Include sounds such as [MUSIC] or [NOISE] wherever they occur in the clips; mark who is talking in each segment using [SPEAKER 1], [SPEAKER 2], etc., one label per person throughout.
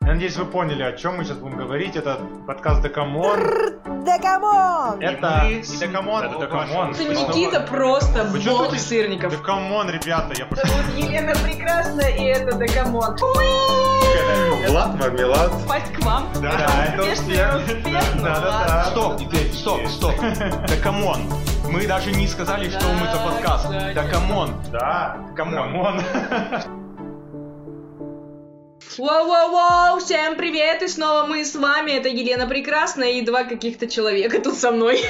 [SPEAKER 1] надеюсь, вы поняли, о чем мы сейчас будем говорить. Это подкаст Декамон.
[SPEAKER 2] Да камон!
[SPEAKER 1] Это
[SPEAKER 3] мы
[SPEAKER 1] не
[SPEAKER 3] с-
[SPEAKER 1] Декамон,
[SPEAKER 3] это
[SPEAKER 1] это
[SPEAKER 3] Декамон.
[SPEAKER 1] Декамон.
[SPEAKER 4] Это
[SPEAKER 3] Почему?
[SPEAKER 4] Никита просто
[SPEAKER 1] Вы чё
[SPEAKER 4] бог
[SPEAKER 1] тут-
[SPEAKER 4] сырников.
[SPEAKER 1] Декамон, ребята, я пошел.
[SPEAKER 5] Вот Елена прекрасна, и это Дагамон.
[SPEAKER 6] Влад Мармелад.
[SPEAKER 5] Попасть к вам.
[SPEAKER 1] Да, да, это
[SPEAKER 5] Успешно,
[SPEAKER 1] успех.
[SPEAKER 5] успешно,
[SPEAKER 1] Да, да, да.
[SPEAKER 5] ладно.
[SPEAKER 3] Стоп, теперь, стоп, стоп. Да камон. Мы даже не сказали, что мы за подкаст. Да камон.
[SPEAKER 1] Да,
[SPEAKER 3] Камон.
[SPEAKER 1] камон. [LAUGHS]
[SPEAKER 4] Вау-вау-вау, всем привет, и снова мы с вами, это Елена Прекрасная и два каких-то человека тут
[SPEAKER 6] [LAUGHS]
[SPEAKER 4] со мной.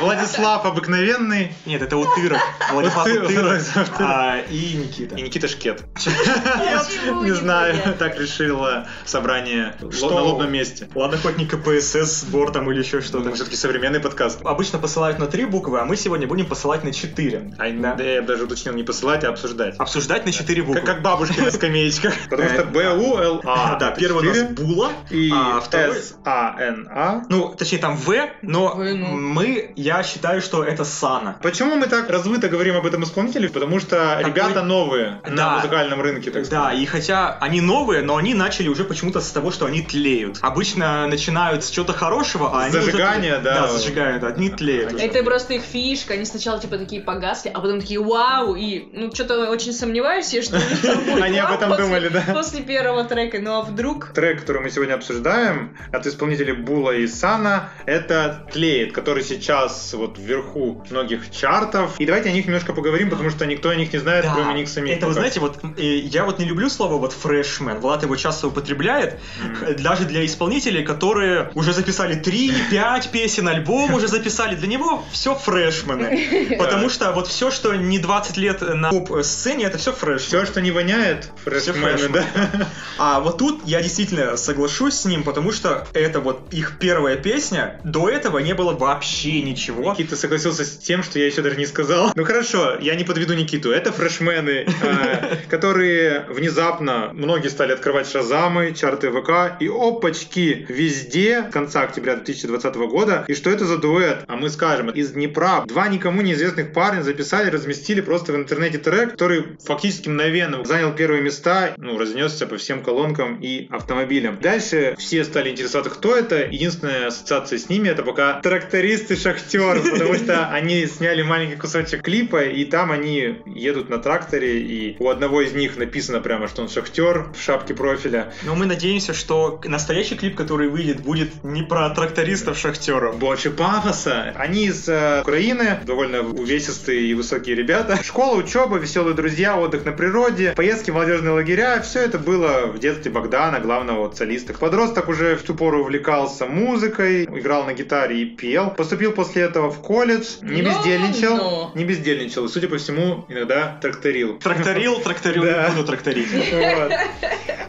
[SPEAKER 6] Владислав обыкновенный.
[SPEAKER 3] Нет, это Утыров. Владислав
[SPEAKER 6] Утыров.
[SPEAKER 3] Утыров.
[SPEAKER 6] Владислав
[SPEAKER 3] А, И Никита.
[SPEAKER 6] И Никита Шкет.
[SPEAKER 5] Почему
[SPEAKER 6] Не
[SPEAKER 5] Никита?
[SPEAKER 6] знаю, [LAUGHS] так решило собрание ло-
[SPEAKER 3] Что?
[SPEAKER 6] на лобном месте.
[SPEAKER 3] Ладно, хоть не КПСС сбор там или еще что-то.
[SPEAKER 6] Мы все-таки современный подкаст.
[SPEAKER 3] Обычно посылают на три буквы, а мы сегодня будем посылать на четыре.
[SPEAKER 6] А да, я даже уточнил, не посылать, а обсуждать.
[SPEAKER 3] Обсуждать на четыре буквы.
[SPEAKER 6] Как, как бабушки на скамеечках. Потому что
[SPEAKER 3] Да.
[SPEAKER 6] Б, У, Л, А.
[SPEAKER 3] да, первый у нас Була,
[SPEAKER 6] И
[SPEAKER 3] а второй...
[SPEAKER 6] С, А, Н, А.
[SPEAKER 3] Ну, точнее, там В, но
[SPEAKER 4] В, ну.
[SPEAKER 3] мы, я считаю, что это Сана.
[SPEAKER 6] Почему мы так развыто говорим об этом исполнителе? Потому что
[SPEAKER 3] Такой-
[SPEAKER 6] ребята новые
[SPEAKER 3] Да.
[SPEAKER 6] на музыкальном рынке, так сказать.
[SPEAKER 3] Да, и хотя они новые, но они начали уже почему-то с того, что они тлеют. Обычно начинают с чего-то хорошего, а они уже
[SPEAKER 6] Зажигание,
[SPEAKER 3] тле-
[SPEAKER 6] да.
[SPEAKER 3] Да, зажигают, одни тлеют. уже.
[SPEAKER 4] Это просто их фишка, они сначала типа такие погасли, а потом такие вау, и ну что-то очень сомневаюсь, я что
[SPEAKER 6] [LAUGHS]
[SPEAKER 4] у них там будет
[SPEAKER 6] Они об
[SPEAKER 4] вау
[SPEAKER 6] этом
[SPEAKER 4] после-
[SPEAKER 6] думали, да?
[SPEAKER 4] После первого трека, ну а вдруг...
[SPEAKER 6] Трек, который мы сегодня обсуждаем, от исполнителей Була и Сана, это «Тлеет», который сейчас вот вверху многих чартов. И давайте о них немножко поговорим, потому что никто о них не знает,
[SPEAKER 3] Да.
[SPEAKER 6] кроме них самих. ну
[SPEAKER 3] Это, вы
[SPEAKER 6] пока.
[SPEAKER 3] знаете, вот э, я вот не люблю слово вот фрешмен. Влад его часто употребляет,
[SPEAKER 6] М.
[SPEAKER 3] х- даже для исполнителей, которые уже записали 3-5 песен, альбом уже записали. Для него все фрешмены. Потому
[SPEAKER 6] Да.
[SPEAKER 3] что вот все, что не 20 лет на поп-сцене, это все фрешмен.
[SPEAKER 6] Все, что не воняет, фрешмены,
[SPEAKER 3] фрешмены,
[SPEAKER 6] да.
[SPEAKER 3] А вот тут я действительно соглашусь с ним, потому что это вот их первая песня. До этого не было вообще ничего.
[SPEAKER 6] Никита согласился с тем, что я еще даже не сказал. Ну хорошо, я не подведу Никиту. Это фрешмены, э, [LAUGHS] которые внезапно многие стали открывать шазамы, чарты ВК и опачки везде с конца октября 2020 года. И что это за дуэт? А мы скажем, из Днепра два никому неизвестных парня записали, разместили просто в интернете трек, который фактически мгновенно занял первые места, ну, разнесся по всем колонкам и автомобилям. Дальше все стали интересоваться, кто это. Единственная ассоциация с ними это пока трактористы шахтер, потому что они сняли маленький кусочек клипа, и там они едут на тракторе, и у одного из них написано прямо, что он шахтер в шапке профиля.
[SPEAKER 3] Но мы надеемся, что настоящий клип, который выйдет, будет не про трактористов-шахтеров.
[SPEAKER 6] Больше пафоса. Они из э, Украины, довольно увесистые и высокие ребята. Школа, учеба, веселые друзья, отдых на природе, поездки в молодежные лагеря. Все это было в детстве Богдана, главного вот солиста. Подросток уже в ту пору увлекался музыкой, играл на гитаре и пел. Поступил после этого в колледж, не
[SPEAKER 4] Но,
[SPEAKER 6] бездельничал.
[SPEAKER 4] но.
[SPEAKER 6] Не бездельничал. И, судя по всему, иногда
[SPEAKER 3] [LAUGHS]
[SPEAKER 6] тракторил.
[SPEAKER 3] Тракторил, тракторил,
[SPEAKER 6] Да.
[SPEAKER 3] не буду тракторить.
[SPEAKER 6] Вот.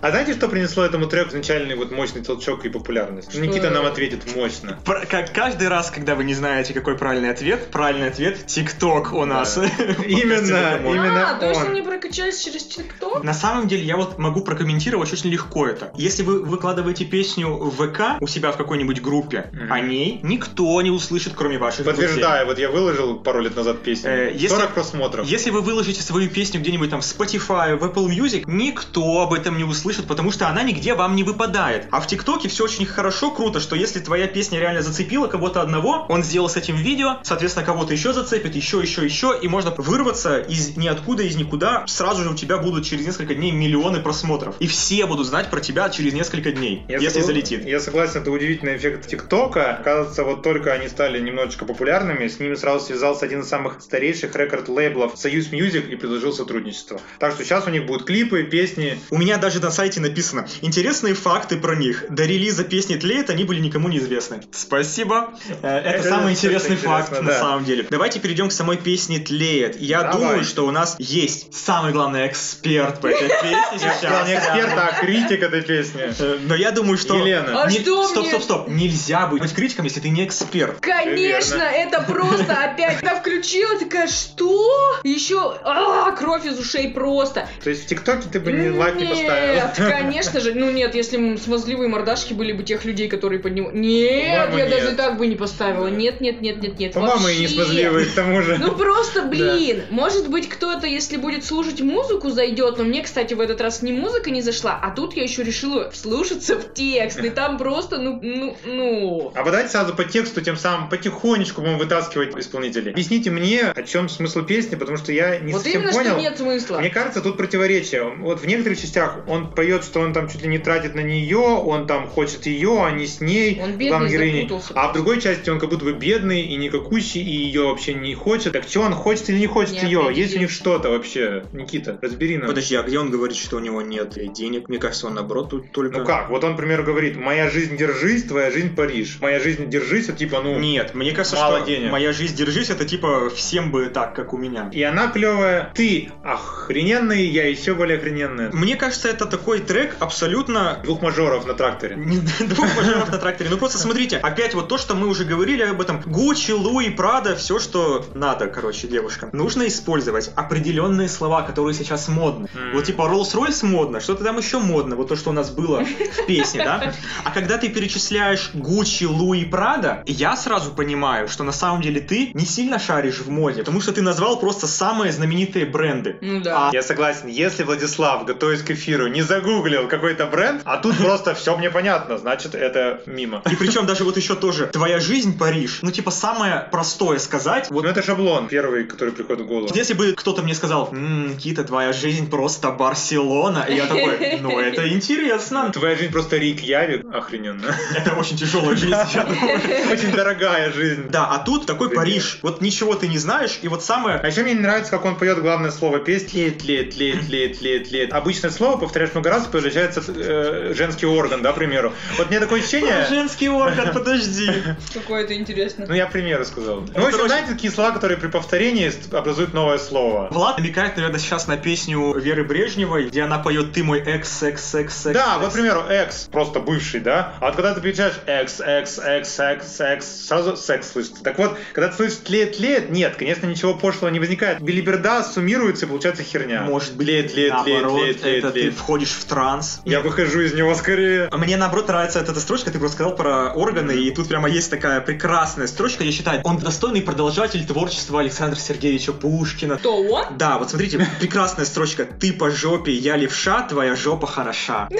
[SPEAKER 6] А знаете, что принесло этому треку изначальный вот мощный толчок и популярность? Никита нам ответит мощно.
[SPEAKER 3] Про- как каждый раз, когда вы не знаете, какой правильный ответ, правильный ответ ТикТок у нас. [LAUGHS]
[SPEAKER 6] Да. Именно,
[SPEAKER 3] Подкасте
[SPEAKER 6] именно
[SPEAKER 4] а, то есть
[SPEAKER 6] он.
[SPEAKER 4] они прокачались через ТикТок?
[SPEAKER 3] На самом деле, я вот могу прокомментировать очень легко это. Если вы выкладываете песню в ВК у себя в какой-нибудь группе,
[SPEAKER 6] Мгм.
[SPEAKER 3] о ней никто не услышит, кроме ваших друзей.
[SPEAKER 6] Подтверждаю, вот я выложил пару лет назад песню.
[SPEAKER 3] Э, если-
[SPEAKER 6] 40 просмотров.
[SPEAKER 3] Если вы выложите свою песню где-нибудь там в Spotify, в Apple Music, никто об этом не услышит, потому что она нигде вам не выпадает. А в ТикТоке все очень хорошо, круто, что если твоя песня реально зацепила кого-то одного, он сделал с этим видео, соответственно, кого-то еще зацепит, еще, еще, еще, и можно вырваться из ниоткуда, из никуда, сразу же у тебя будут через несколько дней миллионы просмотров. И все будут знать про тебя через несколько дней,
[SPEAKER 6] Я
[SPEAKER 3] если
[SPEAKER 6] согла-
[SPEAKER 3] залетит.
[SPEAKER 6] Я согласен, это удивительный эффект ТикТока. Кажется, вот только они стали немножечко популярными, с ними сразу связался один из самых старейших рекорд-лейблов Союз Мьюзик и предложил сотрудничество. Так что сейчас у них будут клипы, песни.
[SPEAKER 3] У меня даже на сайте написано «Интересные факты про них. До релиза песни «Тлеет» они были никому неизвестны». Спасибо. Э, Это
[SPEAKER 6] Это
[SPEAKER 3] самый
[SPEAKER 6] достаточно
[SPEAKER 3] интересный факт
[SPEAKER 6] интересно,
[SPEAKER 3] на
[SPEAKER 6] да.
[SPEAKER 3] самом деле. Давайте перейдем к самой песне «Тлеет». Я
[SPEAKER 6] Давай.
[SPEAKER 3] думаю, что у нас есть самый главный эксперт по этой песне
[SPEAKER 6] Я сказал
[SPEAKER 3] сейчас.
[SPEAKER 6] не эксперт, а критик этой песни.
[SPEAKER 3] Э, Но я думаю, что...
[SPEAKER 6] Елена.
[SPEAKER 4] А
[SPEAKER 3] Не-
[SPEAKER 4] что
[SPEAKER 3] Стоп,
[SPEAKER 4] мне-
[SPEAKER 3] стоп, стоп. Нельзя быть критиком, если ты не эксперт.
[SPEAKER 4] Конечно, это просто опять. Она включила, такая, что? Еще а, кровь из ушей просто.
[SPEAKER 6] То есть в ТикТоке ты бы не лайк не
[SPEAKER 4] Нет,
[SPEAKER 6] поставил. [LAUGHS]
[SPEAKER 4] Нет, [LAUGHS] конечно же. Ну нет, если м- смазливые мордашки были бы тех людей, которые поднимали. Нет,
[SPEAKER 6] По-моему,
[SPEAKER 4] я даже
[SPEAKER 6] нет.
[SPEAKER 4] так бы не поставила. Нет, нет, нет, нет, нет.
[SPEAKER 6] По-моему, и
[SPEAKER 4] вообще.
[SPEAKER 6] не смазливые, к тому же.
[SPEAKER 4] Ну
[SPEAKER 6] [LAUGHS]
[SPEAKER 4] просто, блин, может быть кто-то, если будет слушать музыку, зайдет, но мне, кстати, в этот раз ни музыка не зашла, а тут я еще решила вслушаться в текст, и там просто, ну, ну, ну...
[SPEAKER 6] А вы давайте сразу по тексту, тем самым потихонечку будем вытаскивать исполнителей. Объясните мне, о чем смысл песни, потому что я не
[SPEAKER 4] вот
[SPEAKER 6] совсем
[SPEAKER 4] именно,
[SPEAKER 6] понял.
[SPEAKER 4] что нет смысла.
[SPEAKER 6] Мне кажется, тут противоречие. Вот в некоторых частях он поет, что он там чуть ли не тратит на нее, он там хочет ее, а не с ней,
[SPEAKER 4] Он бедный,
[SPEAKER 6] главной героиней.
[SPEAKER 4] запутался.
[SPEAKER 6] А в другой части он как будто бы бедный и никакущий, и ее вообще не хочет. Так чего он хочет или не хочет
[SPEAKER 4] Не
[SPEAKER 6] ее? Есть
[SPEAKER 4] определился.
[SPEAKER 6] у них что-то вообще? Никита, разбери нас.
[SPEAKER 3] Подожди, а где он говорит, что у него нет денег? Мне кажется, он наоборот тут только...
[SPEAKER 6] Ну как? Вот он, к примеру, говорит, моя жизнь держись, твоя жизнь Париж. Моя жизнь держись, это типа, ну...
[SPEAKER 3] Нет, мне кажется,
[SPEAKER 6] Мало
[SPEAKER 3] что
[SPEAKER 6] денег.
[SPEAKER 3] моя жизнь держись, это типа всем бы так, как у меня.
[SPEAKER 6] И она клевая, ты охрененный, я еще более охрененная.
[SPEAKER 3] Мне кажется, это такой трек абсолютно
[SPEAKER 6] Двух мажоров на тракторе.
[SPEAKER 3] Не двух мажоров на тракторе. Ну просто смотрите, опять вот то, что мы уже говорили об этом. Гуччи, Луи, Прада, все, что надо, короче, девушкам. Нужно использовать определенные слова, которые сейчас модны.
[SPEAKER 6] Мгм.
[SPEAKER 3] Вот типа Rolls-Royce модно, что-то там еще модно, вот то, что у нас было в песне, да? А когда ты перечисляешь Гуччи, Луи, Прада, я сразу понимаю, что на самом деле ты не сильно шаришь в моде, потому что ты назвал просто самые знаменитые бренды.
[SPEAKER 4] Ну да.
[SPEAKER 6] Я согласен, если Владислав, готовясь к эфиру, не загуглил какой-то бренд, а тут просто все мне понятно, значит, это мимо.
[SPEAKER 3] И причем даже вот еще тоже «Твоя жизнь, Париж». Ну, типа, самое простое сказать, вот
[SPEAKER 6] Ну это шаблон первый, который приходит в голову.
[SPEAKER 3] Вот Если бы кто-то мне сказал, «М, Никита, твоя жизнь просто Барселона, и я такой, ну [LAUGHS] это интересно.
[SPEAKER 6] Твоя жизнь просто Рик Явик,
[SPEAKER 3] [LAUGHS]
[SPEAKER 6] охрененно.
[SPEAKER 3] Это очень тяжелая жизнь. я думаю.
[SPEAKER 6] [LAUGHS] Очень дорогая жизнь.
[SPEAKER 3] Да, а тут такой
[SPEAKER 6] Да
[SPEAKER 3] Париж. Вот ничего ты не знаешь, и вот
[SPEAKER 6] А
[SPEAKER 3] самое...
[SPEAKER 6] еще мне не нравится, как он поет главное слово песни. Лет, лет, лет, лет, лет, лет. Обычное слово повторяешь много раз, получается э, женский орган, да, к примеру. Вот мне такое ощущение,
[SPEAKER 3] Женский орган, подожди.
[SPEAKER 4] Какое-то интересно.
[SPEAKER 6] Ну, я примеры сказал. Ну,
[SPEAKER 3] Ну,
[SPEAKER 6] в общем,
[SPEAKER 3] короче-
[SPEAKER 6] знаете, такие слова, которые при повторении ст- образуют новое слово.
[SPEAKER 3] [LAUGHS] Влад намекает, наверное, сейчас на песню Веры Брежневой, где она поет «Ты мой экс, экс, экс, экс».
[SPEAKER 6] Да,
[SPEAKER 3] экс».
[SPEAKER 6] вот, к примеру, экс, просто бывший, да? А вот когда ты перечисляешь экс, экс, экс, экс, экс, сразу секс слышится. Так вот, когда ты слышишь лет, лет, нет, конечно, ничего пошлого не возникает. Билиберда суммируется и получается херня.
[SPEAKER 3] Может быть,
[SPEAKER 6] лет, лет, лет,
[SPEAKER 3] наоборот,
[SPEAKER 6] лет,
[SPEAKER 3] это
[SPEAKER 6] лет,
[SPEAKER 3] ты
[SPEAKER 6] лет.
[SPEAKER 3] входишь в транс.
[SPEAKER 6] Я выхожу из него скорее.
[SPEAKER 3] А Мне наоборот нравится эта строчка, ты просто сказал про органы, и тут прямо есть такая прекрасная строчка, я считаю, он достойный продолжатель творчества Александра Сергеевича Пушкина.
[SPEAKER 4] Кто он?
[SPEAKER 3] Да, вот
[SPEAKER 4] [LAUGHS]
[SPEAKER 3] смотрите, прекрасная строчка. Ты по жопе, я левша, твоя жопа
[SPEAKER 4] [LAUGHS]
[SPEAKER 3] хороша. Ну,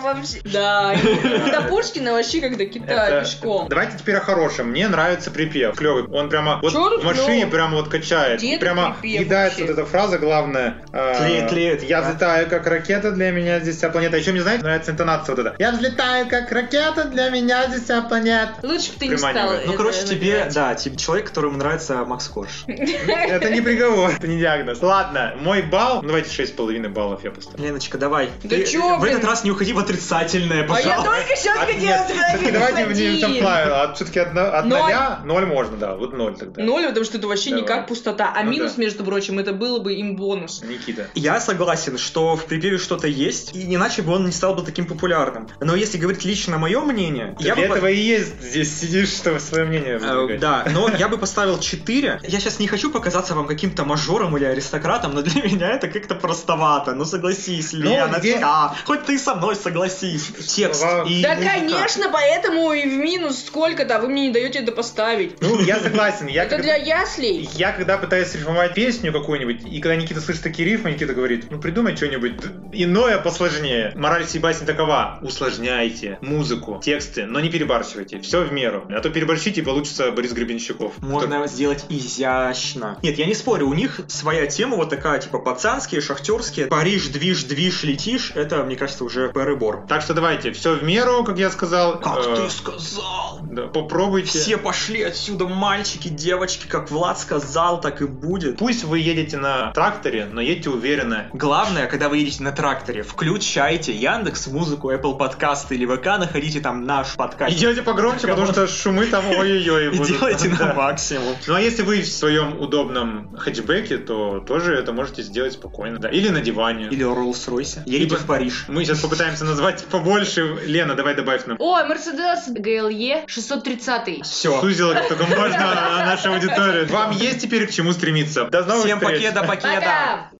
[SPEAKER 5] Вообще.
[SPEAKER 4] Да, до Пушкина вообще как до Китая
[SPEAKER 6] Это-
[SPEAKER 4] пешком.
[SPEAKER 6] Давайте теперь о хорошем. Мне нравится припев. Клевый. Он прямо вот
[SPEAKER 4] Чё тут
[SPEAKER 6] в машине
[SPEAKER 4] клёво?
[SPEAKER 6] прямо вот качает.
[SPEAKER 4] Где
[SPEAKER 6] И
[SPEAKER 4] этот
[SPEAKER 6] прямо
[SPEAKER 4] припев
[SPEAKER 6] едается вот
[SPEAKER 4] вообще?
[SPEAKER 6] эта фраза главная. э,
[SPEAKER 3] Тлеет, тлеет,
[SPEAKER 6] Я
[SPEAKER 3] да.
[SPEAKER 6] взлетаю как ракета, для меня здесь вся планета. Еще мне, знаете, нравится интонация вот эта. Я взлетаю как ракета, для меня здесь вся планета.
[SPEAKER 4] Лучше бы ты не стала.
[SPEAKER 6] Приманивает.
[SPEAKER 3] Ну,
[SPEAKER 4] это
[SPEAKER 3] короче, тебе,
[SPEAKER 4] набирать.
[SPEAKER 3] да, тебе человек, которому нравится Макс
[SPEAKER 4] [LAUGHS]
[SPEAKER 3] Корж.
[SPEAKER 6] Это не приговор, это не диагноз. Ладно, мой балл, ну, давайте 6,5 баллов я поставлю.
[SPEAKER 3] Леночка, давай.
[SPEAKER 4] Да
[SPEAKER 3] Ты
[SPEAKER 4] чё,
[SPEAKER 3] В
[SPEAKER 4] блин?
[SPEAKER 3] этот раз не уходи в отрицательное,
[SPEAKER 4] А я
[SPEAKER 3] пожалуйста.
[SPEAKER 4] только сейчас
[SPEAKER 6] А,
[SPEAKER 4] хотела
[SPEAKER 6] нет,
[SPEAKER 4] сказать,
[SPEAKER 6] всё-таки давайте
[SPEAKER 4] господин.
[SPEAKER 6] в чем правило. А все-таки от
[SPEAKER 4] Ноль.
[SPEAKER 6] 0 ноль можно, да. Вот ноль тогда.
[SPEAKER 4] Ноль, потому что это вообще
[SPEAKER 6] Давай.
[SPEAKER 4] никак пустота. А
[SPEAKER 6] Ну
[SPEAKER 4] минус,
[SPEAKER 6] да.
[SPEAKER 4] между прочим, это было бы им бонус.
[SPEAKER 6] Никита.
[SPEAKER 3] Я согласен, что в припеве что-то есть, и иначе бы он не стал бы таким популярным. Но если говорить лично мое мнение,
[SPEAKER 6] Ты
[SPEAKER 3] я бы
[SPEAKER 6] для
[SPEAKER 3] по-
[SPEAKER 6] этого и есть здесь сидишь, чтобы свое мнение
[SPEAKER 3] Э,
[SPEAKER 6] выдвигать.
[SPEAKER 3] Да, но я бы поставил 4. Я сейчас не хочу показаться вам каким-то мажором или аристократом, но для меня это как-то простовато. Ну согласись,
[SPEAKER 6] Ну,
[SPEAKER 3] Леночка,
[SPEAKER 6] где-
[SPEAKER 3] хоть ты со мной согласись. Текст
[SPEAKER 6] Слова-
[SPEAKER 3] и
[SPEAKER 4] Да,
[SPEAKER 3] музыка.
[SPEAKER 4] конечно, поэтому и в минус сколько-то, а вы мне не даете это поставить.
[SPEAKER 6] Ну, я согласен. Я
[SPEAKER 4] Это
[SPEAKER 6] как-
[SPEAKER 4] для яслей.
[SPEAKER 6] Я когда пытаюсь рифмовать песню какую-нибудь, и когда Никита слышит такие рифмы, Никита говорит, ну придумай что-нибудь д- иное посложнее. Мораль всей басни такова. Усложняйте музыку, тексты, но не перебарщивайте. Все в меру. А то переборщите, и получится Борис Гребенщиков.
[SPEAKER 3] Можно сделать изящно. Нет, я не спорю, у них своя тема вот такая, типа пацанские, шахтерские. Париж, движ, движ, летишь. Это, мне кажется, уже перебор.
[SPEAKER 6] Так что давайте, все в меру, как я сказал.
[SPEAKER 3] Как
[SPEAKER 6] Э,
[SPEAKER 3] ты сказал?
[SPEAKER 6] да, попробуйте.
[SPEAKER 3] Все пошли отсюда, мальчики, девочки, как Влад сказал, так и будет.
[SPEAKER 6] Пусть вы едете на тракторе, но едьте уверенно.
[SPEAKER 3] Главное, когда вы едете на тракторе, включайте Яндекс Музыку, Apple Подкасты или ВК, находите там наш
[SPEAKER 6] И
[SPEAKER 3] подкаст
[SPEAKER 6] делайте погромче, потому что шумы там ой-ой-ой
[SPEAKER 3] и
[SPEAKER 6] будут.
[SPEAKER 3] делайте
[SPEAKER 6] Да.
[SPEAKER 3] на максимум.
[SPEAKER 6] Ну а если вы в своем удобном хэтчбеке, то тоже это можете сделать спокойно. Да. Или на диване.
[SPEAKER 3] Или Rolls-Royce. Едете
[SPEAKER 6] Либо-
[SPEAKER 3] в Париж.
[SPEAKER 6] Мы сейчас попытаемся назвать побольше. Лена, давай добавь нам.
[SPEAKER 4] Ой, Мерседес ГЛЕ 630.
[SPEAKER 3] Все.
[SPEAKER 6] Сузила как только можно нашу аудиторию. Вам есть теперь к чему стремиться. До новых
[SPEAKER 3] Всем
[SPEAKER 6] встреч.
[SPEAKER 3] покеда, покеда.
[SPEAKER 4] Пока!